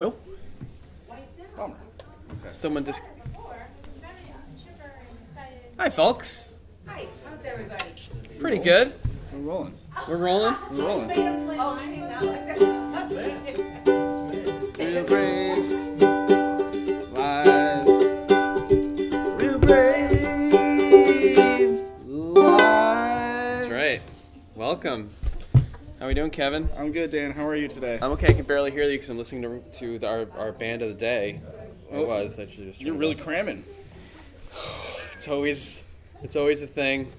Oh, someone just. Hi, folks. Hi, how's everybody? Pretty good. We're rolling. We're rolling. We're rolling. Oh, I did not like that. Real brave. Live. Real brave. Live. That's right. Welcome. How we doing, Kevin? I'm good, Dan. How are you today? I'm okay. I can barely hear you because I'm listening to, to the, our, our band of the day. It was actually just. You're turned really off. cramming. It's always. It's always a thing.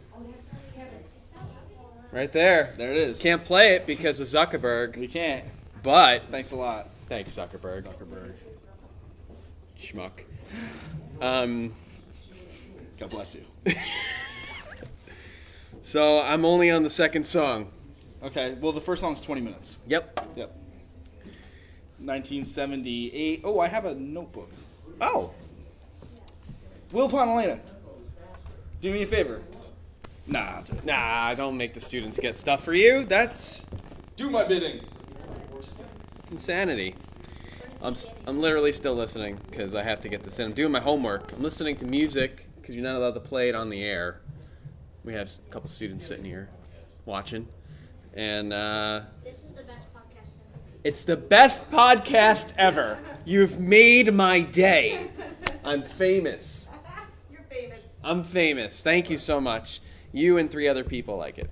Right there. There it is. Can't play it because of Zuckerberg, We can't. but Thanks a lot, thanks Zuckerberg. Zuckerberg. Schmuck. Um. God bless you. So I'm only on the second song. Okay. Well, the first song's 20 minutes. Yep. Yep. 1978. Oh, I have a notebook. Oh. Will Pontelena, do me a favor. Nah, I'll do it. Nah, don't make the students get stuff for you. That's Do my bidding. insanity. I'm, s- I'm literally still listening because I have to get this in. I'm doing my homework. I'm listening to music because you're not allowed to play it on the air. We have s- a couple students sitting here watching. And uh, This is the best podcast ever. it's the best podcast ever. You've made my day. I'm famous. You're famous. I'm famous. Thank you so much. You and three other people like it.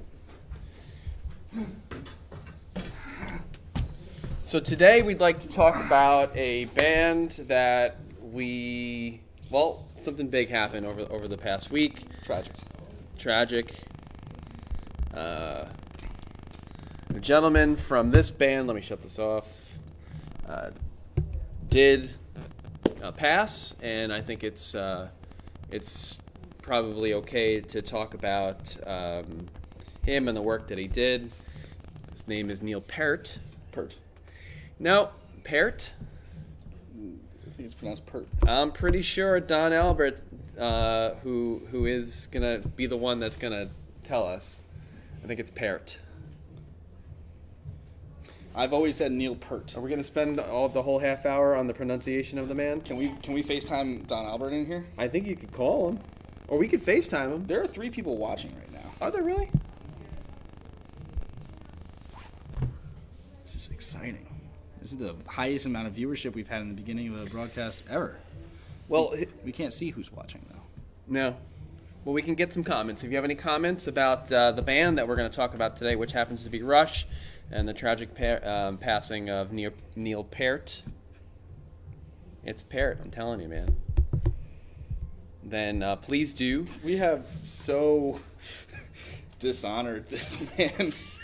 So today we'd like to talk about a band that we well, something big happened over over the past week. Tragic. Tragic. Uh, the gentleman from this band, let me shut this off, uh, did uh, pass, and I think it's uh, it's probably okay to talk about um, him and the work that he did. His name is Neil Peart. Pert. No, Peart. I think it's pronounced Pert. I'm pretty sure Don Albert, uh, who who is gonna be the one that's gonna tell us. I think it's Peart. I've always said Neil Pert. Are we gonna spend all the whole half hour on the pronunciation of the man? Can we can we FaceTime Don Albert in here? I think you could call him, or we could Facetime him. There are three people watching right now. Are there really? This is exciting. This is the highest amount of viewership we've had in the beginning of a broadcast ever. Well, h- We can't see who's watching though. no. Well, we can get some comments. If you have any comments about uh, the band that we're going to talk about today, which happens to be Rush, and the tragic pa- um, passing of Neil, Neil Peart, it's Peart. I'm telling you, man. Then uh, please do. We have so dishonored this man s-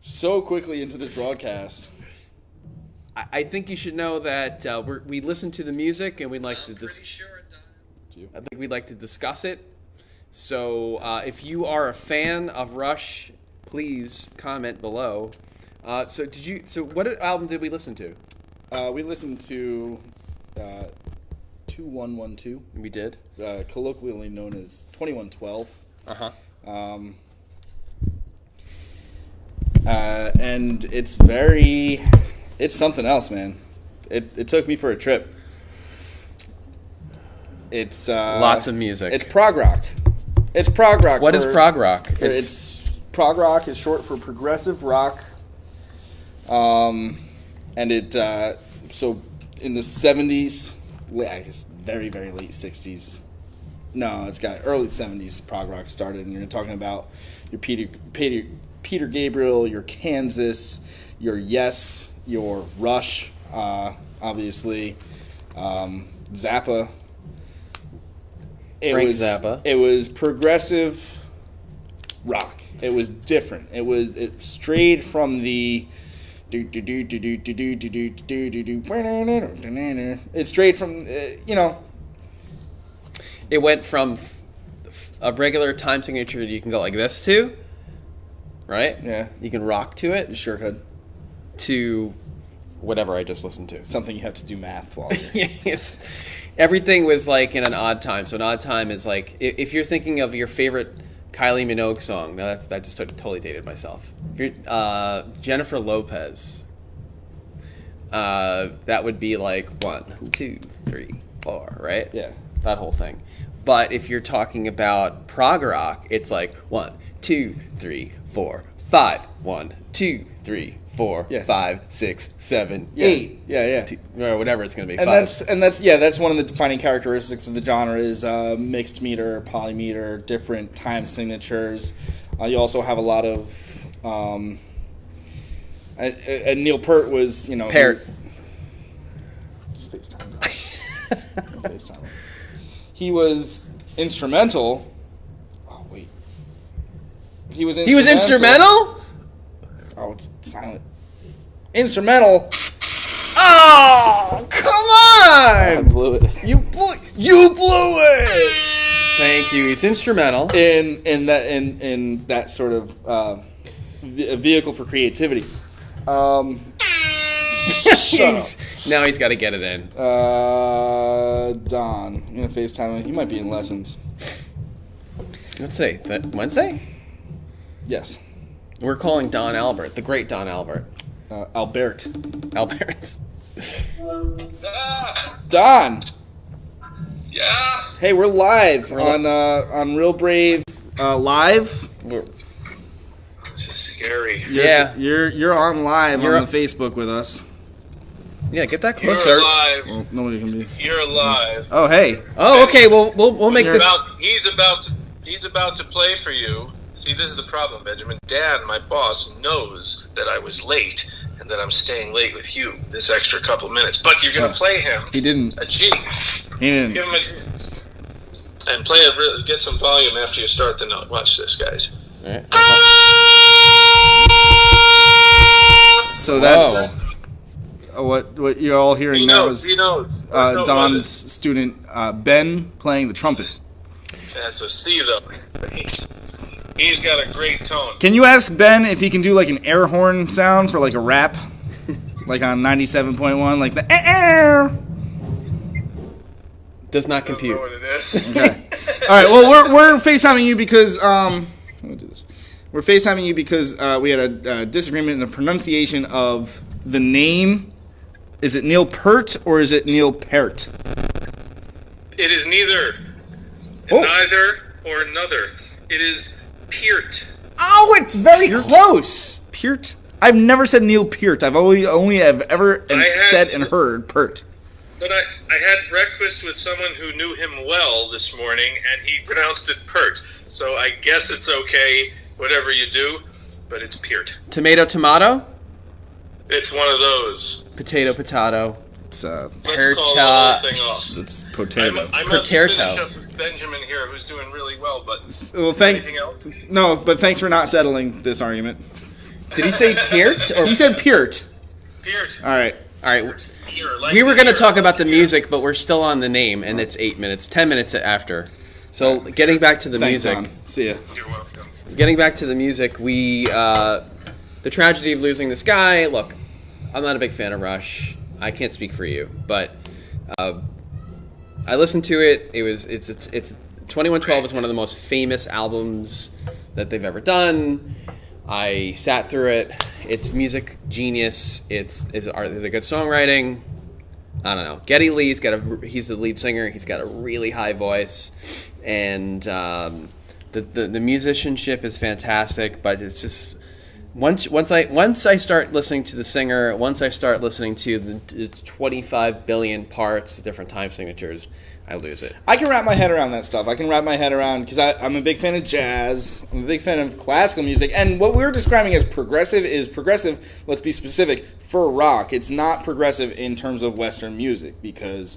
so quickly into this broadcast. I, I think you should know that uh, we're, we listen to the music and we'd like to dis- Do you- I think we'd like to discuss it. So uh, if you are a fan of Rush, please comment below. Uh, so did you? So what album did we listen to? Uh, we listened to uh, two one one two, We did. uh, colloquially known as twenty one twelve. Uh huh. Um, uh, and it's very, it's something else, man. It, it took me for a trip. It's uh, Lots of music. It's prog rock. It's prog rock. What is for- prog rock? for- It's, prog rock is short for progressive rock. Um, and it uh, so in the seventies, I guess very very late sixties. No, it's got early seventies prog rock started, and you're talking about your Peter Peter Peter Gabriel, your Kansas, your Yes, your Rush, uh, obviously, um, Zappa. It Frank was, Zappa. It was progressive rock. It was different. It was it strayed from the do do do do do do do do do do do do. It strayed from uh, you know it went from f- f- a regular time signature that you can go like this to, right? Yeah. You can rock to you it sure could to whatever I just listened to. something you have to do math while you're Yeah, it's everything was like in an odd time. So an odd time is like i- if you're thinking of your favorite Kylie Minogue song. Now that's I just tot- totally dated myself. If you're uh, Jennifer Lopez, uh, that would be like one, two, three, far, right? Yeah. That whole thing. But if you're talking about prog rock, it's like one, two, three, four, five, one, two, three, four, Yeah. five, six, seven, Yeah. eight, Yeah, yeah. t- or whatever it's going to be. and five. that's and that's yeah that's one of the defining characteristics of the genre is uh, mixed meter polymeter different time signatures uh, you also have a lot of um, and, and neil pert was you know Peart. It's FaceTime. FaceTime. he was instrumental oh wait he was He was instrumental? oh it's silent instrumental Oh, come on! blew it You blew, you blew it! Thank you. He's instrumental. in in that in in that sort of uh, ve- vehicle for creativity. Um, shut up. He's- now he's got to get it in. Uh, Don, I'm gonna Facetime him. He might be in lessons. Let's say that Wednesday. Yes, We're calling Don Albert, the great Don Albert. uh, Albert. Albert. Ah, Don, yeah. hey, we're live li- on uh, on Real Brave uh, live. We're- This is scary. You're Yeah. s- you're you're on live You're on up- the Facebook with us. yeah, get that You're closer. alive. Well, nobody can be. You're alive. Oh, hey. Oh, okay. Well, we'll we'll make He's this. about, he's about to he's about to play for you. See, this is the problem, Benjamin. Dan, my boss, knows that I was late and that I'm staying late with you this extra couple minutes. But you're gonna Huh. play him He didn't. a G. He Give didn't. him a G. And play it. Really, get some volume after you start the note. Watch this, guys. So that's uh, what what you're all hearing He now knows. is He knows. uh, Don't Don's love student uh, Ben playing the trumpet. it. That's a C though. He- He's got a great tone. Can you ask Ben if he can do like an air horn sound for like a rap, like on ninety-seven point one, like the air? Does not I don't compute. know what it is. All right, well we're we're facetiming you because um, let me do this. We're facetiming you because uh, we had a uh, disagreement in the pronunciation of the name. Is it Neil Pert or is it Neil Pert? It is neither. Oh. Neither or another. It is Peart. Oh, it's very close. Peart? I've never said Neil Peart. I've only only have ever and I had- said and heard Pert. But I, I had breakfast with someone who knew him well this morning, and he pronounced it Pert. So I guess it's okay, whatever you do, but it's Peart. Tomato, tomato. It's one of those. Potato, potato. It's uh, Let's Peart, call the uh, whole thing off. it's I, potato. mu- I must Potato. finish up with Benjamin here, who's doing really well, but well, thanks. anything else? No, but thanks for not settling this argument. Did he say peart or? He said Peart. Peart. All right. All right. Here, like We were going to here. talk about the music, but we're still on the name, and it's eight minutes, ten minutes after. So, getting back to the Thanks, music. Don. See ya. You're welcome. getting back to the music, we uh, the tragedy of losing this guy. Look, I'm not a big fan of Rush. I can't speak for you, but uh, I listened to it. It was it's it's it's 2112 is one of the most famous albums that they've ever done. I sat through it. It's music genius. It's is art. There's a good songwriting. I don't know. Getty Lee's got a he's the lead singer. He's got a really high voice, and um, the, the the musicianship is fantastic. But it's just once once I once I start listening to the singer, once I start listening to the, the 25 billion parts, the different time signatures, I lose it. I can wrap my head around that stuff. I can wrap my head around because I'm a big fan of jazz. I'm a big fan of classical music, and what we're describing as progressive is progressive. Let's be specific for rock. It's not progressive in terms of Western music because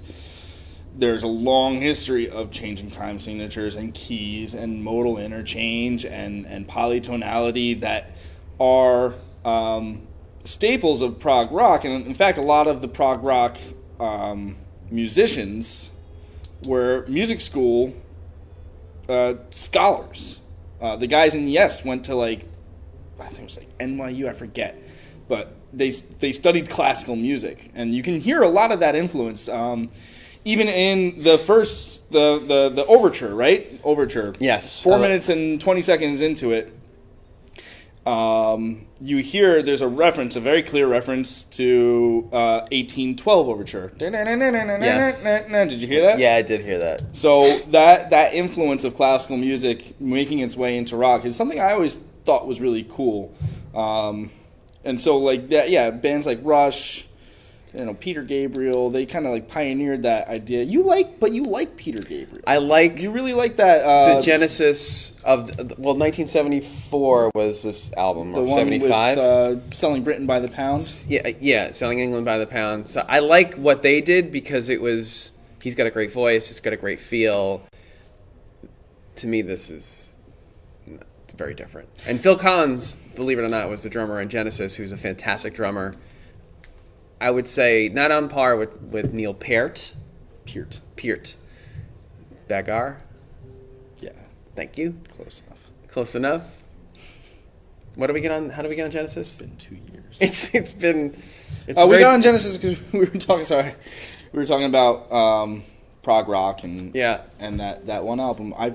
there's a long history of changing time signatures and keys and modal interchange and and polytonality that are um, staples of prog rock. And in fact, a lot of the prog rock um, musicians were music school uh, scholars. Uh, the guys in Yes went to like, I think it was like NYU, I forget, but they they studied classical music, and you can hear a lot of that influence. Um, even in the first the, the the overture, right? Overture. Yes. Four I like- minutes and twenty seconds into it, um, you hear there's a reference, a very clear reference to uh, 1812 Overture. Yes. Did you hear that? Yeah, I did hear that. So that that influence of classical music making its way into rock is something I always thought was really cool. Um, and so like that, yeah, bands like Rush, you know, Peter Gabriel, they kind of like pioneered that idea. You like, but you like Peter Gabriel. I like you really like that. Uh, the genesis of the, well 1974 was this album the or one 75 with uh, selling Britain by the pound. yeah uh, yeah selling england by the pound so i like what they did because it was he's got a great voice it's got a great feel to me this is n- very different and phil collins believe it or not was the drummer in genesis who's a fantastic drummer i would say not on par with, with neil peart Peart. peart dagar Yeah, thank you close enough. Close enough. What do we get on? How do we get on Genesis? Been two years. It's it's been. It's Uh, we very- got on Genesis because we were talking. Sorry, we were talking about um, prog rock and Yeah. and that that one album. I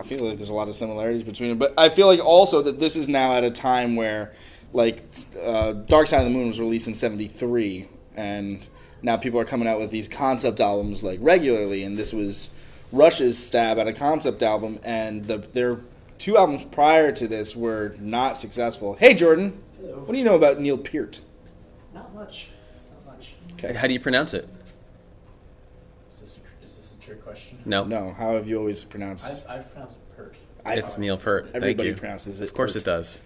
I feel like there's a lot of similarities between it, but I feel like also that this is now at a time where like s- uh, Dark Side of the Moon was released in '73, and now people are coming out with these concept albums like regularly, and this was Rush's stab at a concept album, and the their two albums prior to this were not successful. Hey Jordan, what do you know about Neil Peart? Not much. Not much. How do you pronounce it? Is this a, tr- is this a trick question? No. No, how have you always pronounced? I've, I've pronounced it pert. I- It's Neil Peart. Thank Everybody you. pronounces it. Of course it does.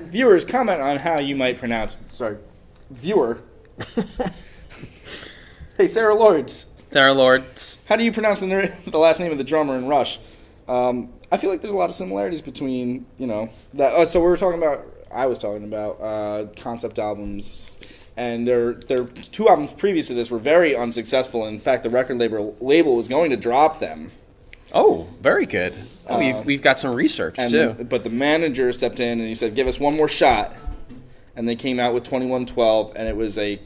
Viewers, comment on how you might pronounce. Sorry, viewer. hey, Sarah Lords, Sarah Lords. how do you pronounce the, ner- the last name of the drummer in Rush? Um, I feel like there's a lot of similarities between you know that. Uh, so we were talking about. I was talking about uh, concept albums, and their their two albums previous to this were very unsuccessful. In fact, the record label label was going to drop them. Oh, very good. Oh, we've, we've got some research Um, And too. but the manager stepped in and he said, "Give us one more shot." And they came out with 2112, and it was a,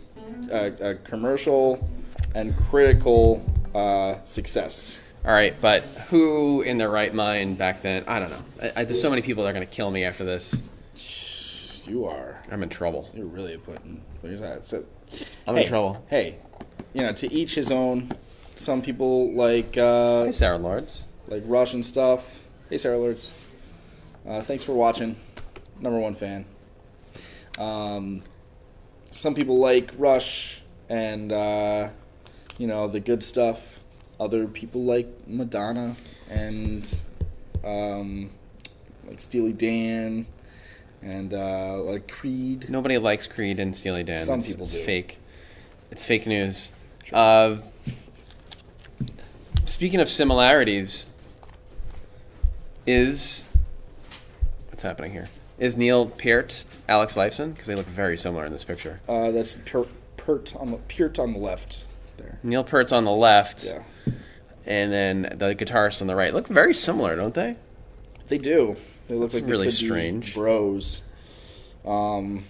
a, a commercial and critical uh, success. All right, but who in their right mind back then? I don't know. I, I, there's so many people that are gonna kill me after this. You are I'm in trouble. you're really putting where's that? So, I'm hey, in trouble. Hey, you know, to each his own. Some people like uh, Hey, Sarah Lords. like Rush and stuff. Hey, Sarah Lords. Uh, thanks for watching. Number one fan. Um, some people like Rush and, uh, you know, the good stuff. Other people like Madonna and, um, like Steely Dan and, uh, like Creed. Nobody likes Creed and Steely Dan. Some It's- people it's do. fake. It's fake news. Uh, speaking of similarities, is what's happening here? Is Neil Peart Alex Lifeson? Because they look very similar in this picture. Uh, that's Peart, Peart, on the, Peart on the left there. Neil Peart's on the left, Yeah. and then the guitarist on the right look very similar, don't they? They do. They look That's like they really could be strange. bros. Um,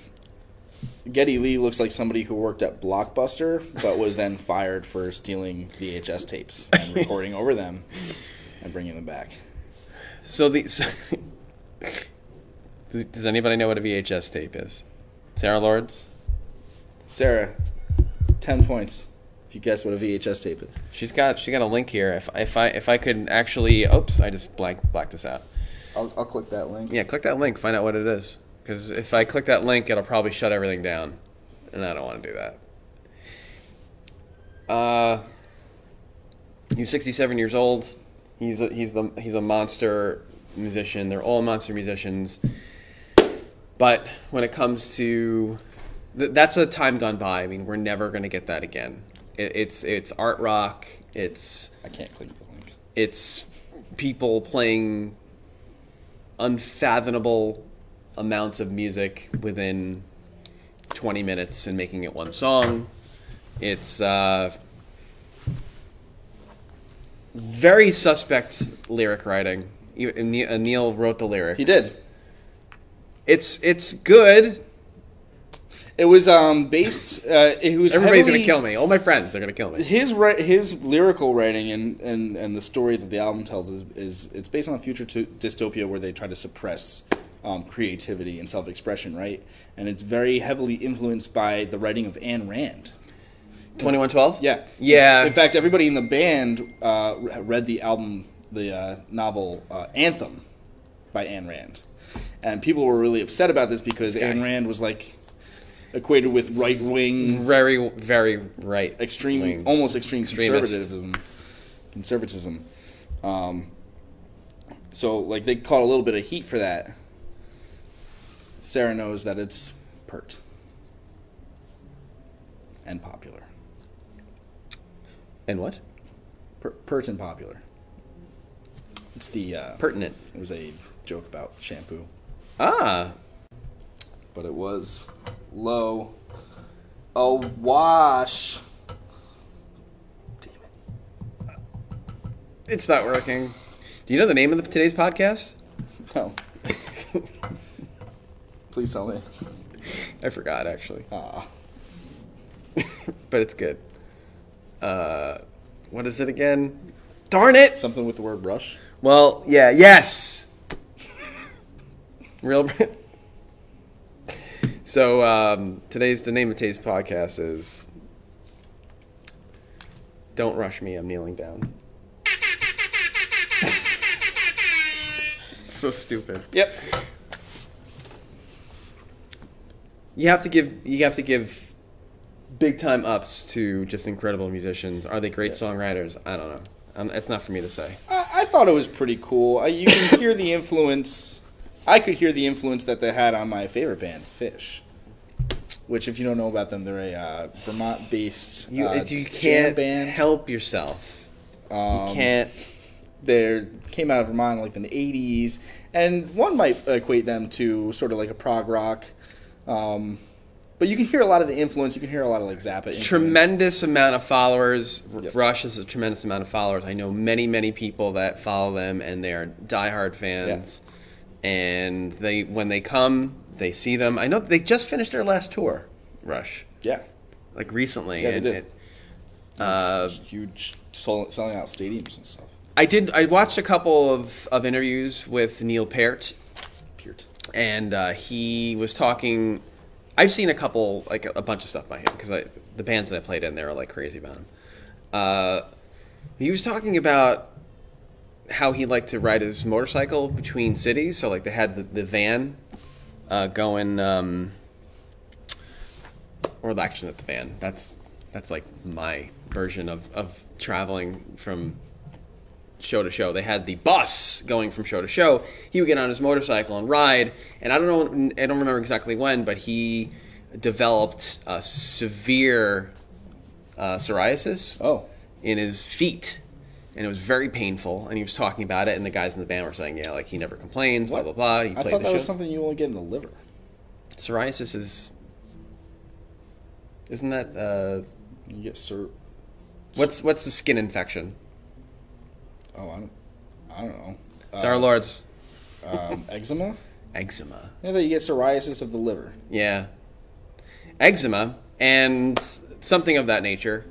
Getty Lee looks like somebody who worked at Blockbuster but was then fired for stealing VHS tapes and recording over them and bringing them back. So the so does does anybody know what a VHS tape is? Sarah Lords. Sarah, ten points if you guess what a VHS tape is. She's got she got a link here. If if I if I could actually, oops, I just blank blacked this out. I'll, I'll click that link. Yeah, click that link. Find out what it is. Because if I click that link, it'll probably shut everything down, and I don't want to do that. Uh, he's 67 years old. He's a, he's the he's a monster musician. They're all monster musicians. But when it comes to th- that's a time gone by. I mean, we're never gonna get that again. It, it's it's art rock. It's I can't click the link. it's people playing unfathomable amounts of music within 20 minutes and making it one song. It's uh, very suspect lyric writing. E- and Ne- uh, Neil wrote the lyrics. He did. It's it's good. It was um based. Uh, it was Everybody's heavily- gonna kill me. All my friends are gonna kill me. his ri- his lyrical writing and, and, and the story that the album tells is, is it's based on a future to dystopia where they try to suppress um, creativity and self expression, right? And it's very heavily influenced by the writing of Ayn Rand. Twenty one twelve. Yeah. Yeah. In fact, everybody in the band uh, re- read the album, the uh, novel uh, Anthem by Ayn Rand. And people were really upset about this because Ayn Rand was like equated with right wing, very very right. extreme, wing. almost extreme Extremist. conservatism. Conservatism. Um, so, like, they caught a little bit of heat for that. Sarah knows that it's pert and popular. and what? Per- pert and popular. It's the uh, Pertinent. It was a joke about shampoo, Ah. but it was low. A wash. Damn it! It's not working. Do you know the name of the, today's podcast? No. Please tell me. I forgot actually, Ah, but it's good. Uh, what is it again? Darn it! something with the word brush. Well, yeah, yes. Real. so um, today's the name of today's podcast is. Don't rush me. I'm kneeling down. so stupid. Yep. You have to give. You have to give. Big time ups to just incredible musicians. Are they great songwriters? I don't know. Um, it's not for me to say. I, I thought it was pretty cool. I, you can hear the influence. I could hear the influence that they had on my favorite band, Fish. Which, if you don't know about them, they're a uh, Vermont-based You, uh, it- you jam can't band. help yourself. Um, You can't. they came out of Vermont in like the 80s, and one might equate them to sort of like a prog rock. Um, but you can hear a lot of the influence. You can hear a lot of like Zappa. Influence. Tremendous amount of followers. R- Rush has a tremendous amount of followers. I know many, many people that follow them, and they are diehard fans. And they, when they come, they see them. I know they just finished their last tour, Rush, Yeah, like recently. Yeah, they and did. it- uh, huge sol- selling out stadiums and stuff. I did. I watched a couple of, of interviews with Neil Peart Peart. and uh, he was talking. I've seen a couple, like a, bunch of stuff by him, because the bands that I played in there are like crazy about him. Uh, he was talking about how he liked to ride his motorcycle between cities. So like they had the, the van uh, going, um, or actually not the van. That's that's like my version of of traveling from show to show. They had the bus going from show to show. He would get on his motorcycle and ride. And I don't know, I don't remember exactly when, but he developed a severe uh, psoriasis Oh, in his feet. And it was very painful. And he was talking about it. And the guys in the band were saying, yeah, like he never complains, blah, What? blah, blah. He I played thought the that was shows. something you only get in the liver. Psoriasis is. Isn't that. Uh, You get sir. what's what's the skin infection? Oh, I don't. I don't know. It's our Lord's Um, eczema. eczema. Yeah, that you get psoriasis of the liver. Yeah. Eczema and something of that nature.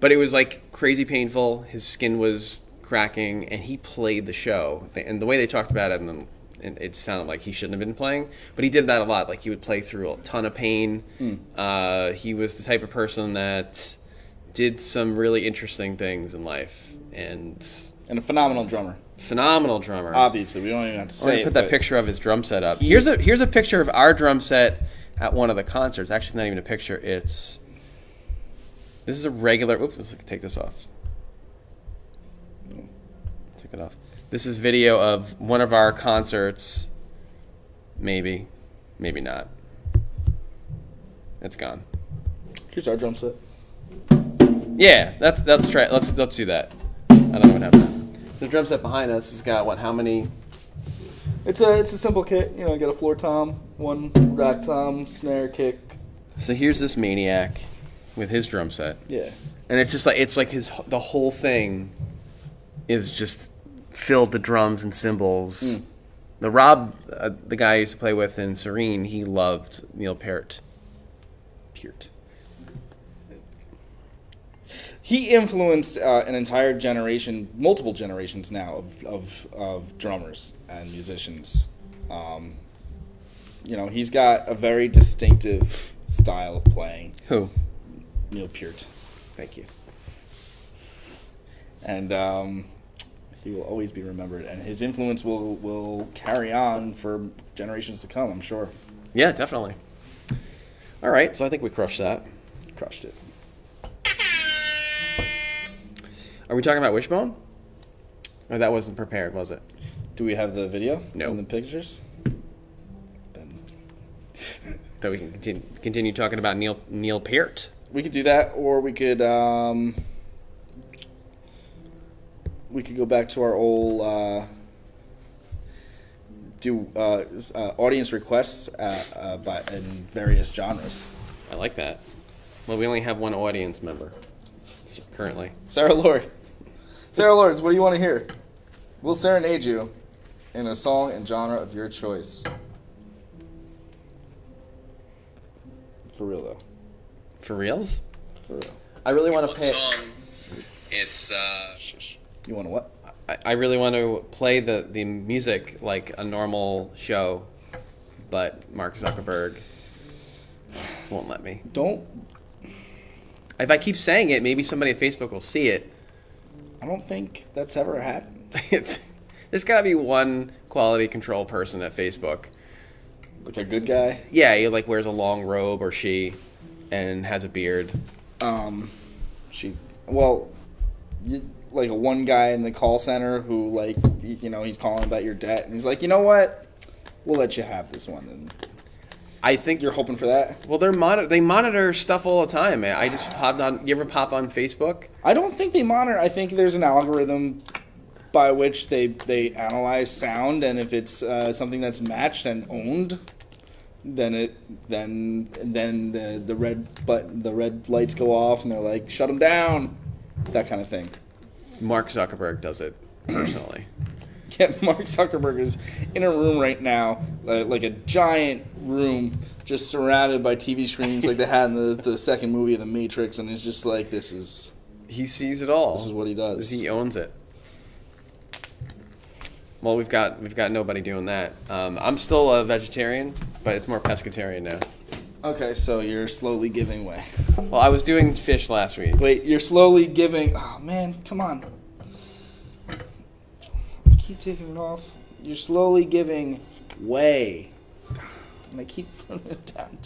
But it was like crazy painful. His skin was cracking and he played the show. And the way they talked about it, and then it- it sounded like he shouldn't have been playing, but he did that a lot. Like he would play through a ton of pain. Uh, he was the type of person that did some really interesting things in life and And a phenomenal drummer. phenomenal drummer. Obviously, we don't even have to We're say. gonna it, put that but picture of his drum set up. here's a here's a picture of our drum set at one of the concerts. Actually, not even a picture. It's this is a regular. Oops, let's take this off. Take it off. This is video of one of our concerts. Maybe, maybe not. It's gone. Here's our drum set. Yeah, that's that's try. Let's let's do that. I don't know what happened. The drum set behind us has got what? How many? It's a it's a simple kit. You know, you got a floor tom, one rack tom, snare kick. So here's this maniac with his drum set. Yeah. and it's just like it's like his the whole thing is just filled to drums and cymbals. The Rob, uh, the guy I used to play with in Serene, he loved Neil Peart. Peart. He influenced uh, an entire generation, multiple generations now of of, of drummers and musicians. Um, you know, he's got a very distinctive style of playing. Who? Neil Peart, Thank you. and um, he will always be remembered, and his influence will will carry on for generations to come. I'm sure. Yeah, definitely. All right, so I think we crushed that. Crushed it. Are we talking about Wishbone? Or that wasn't prepared, was it? Do we have the video? No. And the pictures. Then That we can continue, continue talking about Neil Neil Peart. we could do that, or we could um, we could go back to our old uh, do uh, s- uh, audience requests uh, uh, by in various genres. I like that. Well, we only have one audience member currently. Sarah Lord, Sarah Lords, what do you want to hear? We'll serenade you in a song and genre of your choice. For real though, For reals? for real. I really want to pay. It's uh, You want to what? I, I really want to play the, the music like a normal show, but Mark Zuckerberg won't let me. Don't If I keep saying it, maybe somebody at Facebook will see it. I don't think that's ever happened. It's, there's got to be one quality control person at Facebook. Like a good guy. Yeah, he like wears a long robe or she, and has a beard. um, she well, you, like a one guy in the call center who like y- you know he's calling about your debt and he's like, you know what, we'll let you have this one. And I think you're hoping for that. Well, they're monitor. They monitor stuff all the time. Man. I just popped on. You ever pop on Facebook? I don't think they monitor. I think there's an algorithm by which they they analyze sound, and if it's uh, something that's matched and owned, then it then then the the red button the red lights go off and they're like shut them down, that kind of thing. Mark Zuckerberg does it personally. Yeah, Mark Zuckerberg is in a room right now, uh, like a giant room, just surrounded by TV screens, like they had in the, the second movie of The Matrix, and it's just like this is he sees it all. this is what he does. he owns it. Well, we've got we've got nobody doing that. Um, I'm still a vegetarian, but it's more pescatarian now. Okay, so you're slowly giving way. Well, I was doing fish last week. Wait, you're slowly giving. Oh man, come on! I keep taking it off. You're slowly giving way, and I keep putting it down.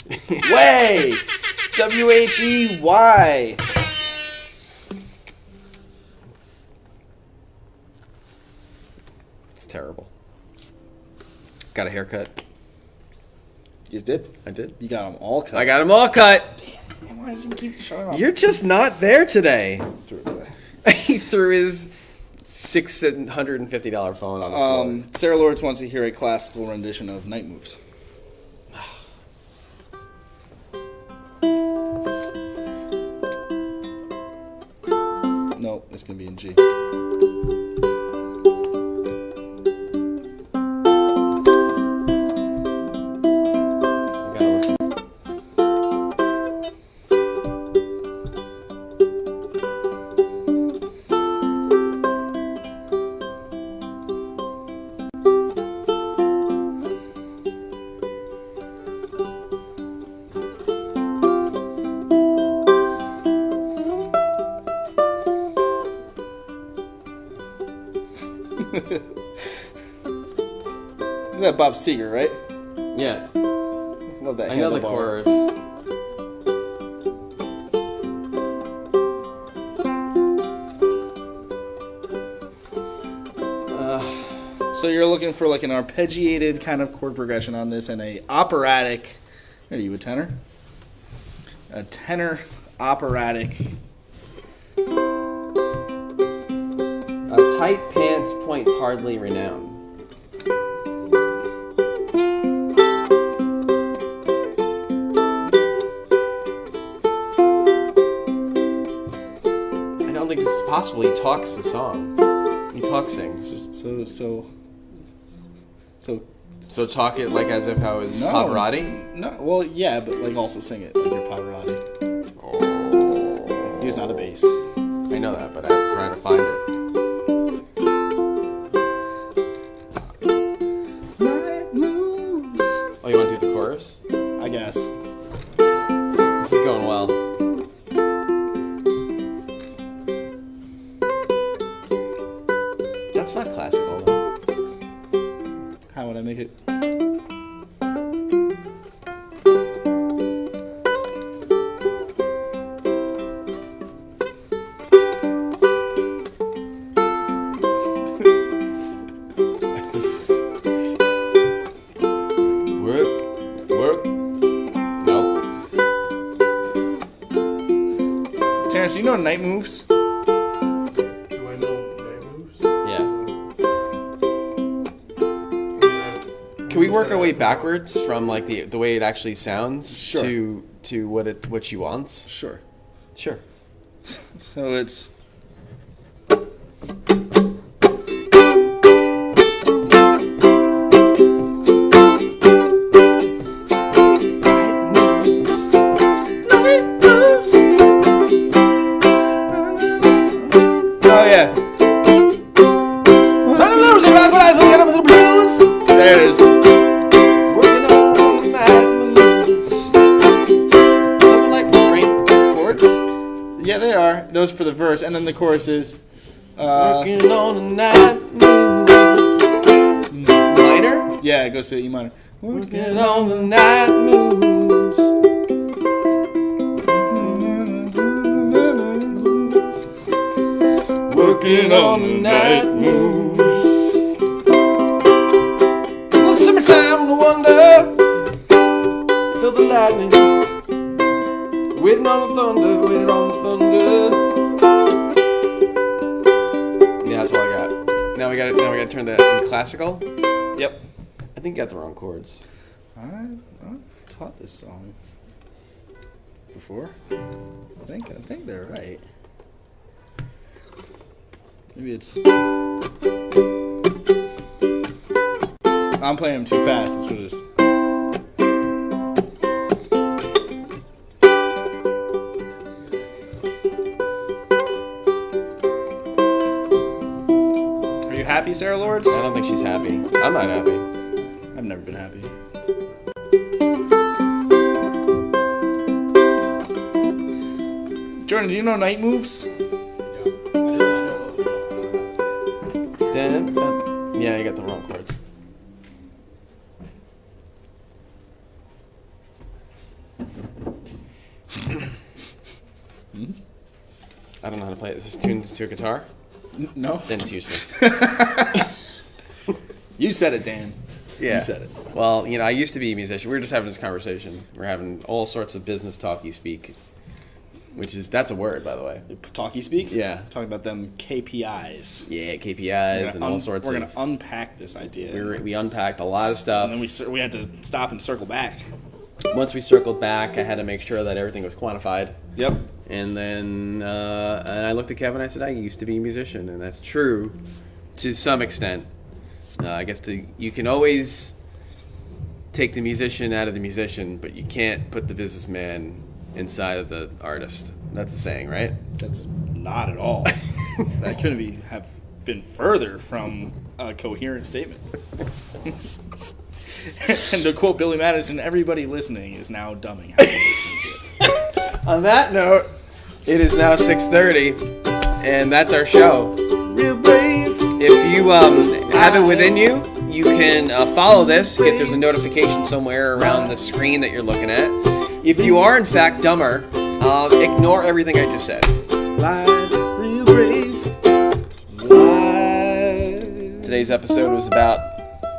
Way, W H E Y. It's terrible. Got a haircut. You did. I did. You got them all cut. I got them all cut. Man, Why does he keep showing off? You're just not there today. Threw it away. he threw his six hundred and fifty dollar phone on the floor. Um, Sarah Lawrence wants to hear a classical rendition of Night Moves. No, it's gonna be in G. Gotta listen. Look at that Bob Seger, right? Yeah, Love that. I know the handlebar. chorus. So you're looking for like an arpeggiated kind of chord progression on this, and a operatic. What are you a tenor? A tenor operatic. A tight pants points hardly renowned. I don't think this is possible. He talks the song. He talks sings. So so so So talk it like as if I was No. Pavarotti. No, well, yeah, but like also sing it like you're Pavarotti. He was not a bass. I know that, but I'm trying to find it. Night moves. Oh, It's not classical though. How would I make it? Work, work. No. Terrence, you know night moves? Do I know night moves? Yeah. Can we work our way backwards from like the the way it actually sounds Sure. to to what it what she wants? Sure. Sure. So it's. Oh, Oh yeah. Trying to lose it, rock when I get up with the blues. There it is. Working on my moves. Those are like great chords. Yeah, they are. Those for the verse, and then the chorus is. Uh, Working on a night moves. Minor. yeah, it goes to E minor. Working on the night moves. Working on the night moves. Well, it's summertime no wonder. Feel the lightning. Waiting on the thunder. Waiting on the thunder. Yeah, that's all I got. Now we got to now we got to turn that in classical. Yep. I think I got the wrong chords. I, I taught this song before. I think I think they're right. Maybe it's. I'm playing them too fast. That's what it is. Are you happy, Sarah Lords? I don't think she's happy. I'm not happy. I've never been happy. Jordan, do you know night moves? Dun, dun. Yeah, I got the wrong chords. Hmm? I don't know how to play it. Is this tuned to a guitar? No. Then it's useless. You said it, Dan. Yeah. You said it. Well, you know, I used to be a musician. We were just having this conversation. We're having all sorts of business talky speak, which is that's a word, by the way. Talkie speak? Yeah. Talking about them KPIs. Yeah, We're KPIs gonna and all un- sorts We're of. gonna unpack this idea. we, were, we unpacked a lot of stuff. And then we cir- we had to stop and circle back. Once we circled back, I had to make sure that everything was quantified. Yep. And then uh, and I looked at Kevin. I said, "I used to be a musician, and that's true to some extent. Uh, I guess the, you can always take the musician out of the musician, but you can't put the businessman inside of the artist. That's the saying, right? That's not at all. that couldn't be have been further from a coherent statement. and to quote Billy Madison, everybody listening is now dumbing how they listen to it. On that note, it is now 6:30, and that's our show. Real brave. If you um, have it within you, you can uh, follow this. Get there's a notification somewhere around the screen that you're looking at. If you are in fact dumber, uh, ignore everything I just said. Live, real brave. Live. Today's episode was about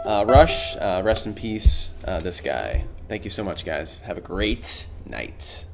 uh, Rush. Uh, rest in peace, uh, this guy. Thank you so much, guys. Have a great night.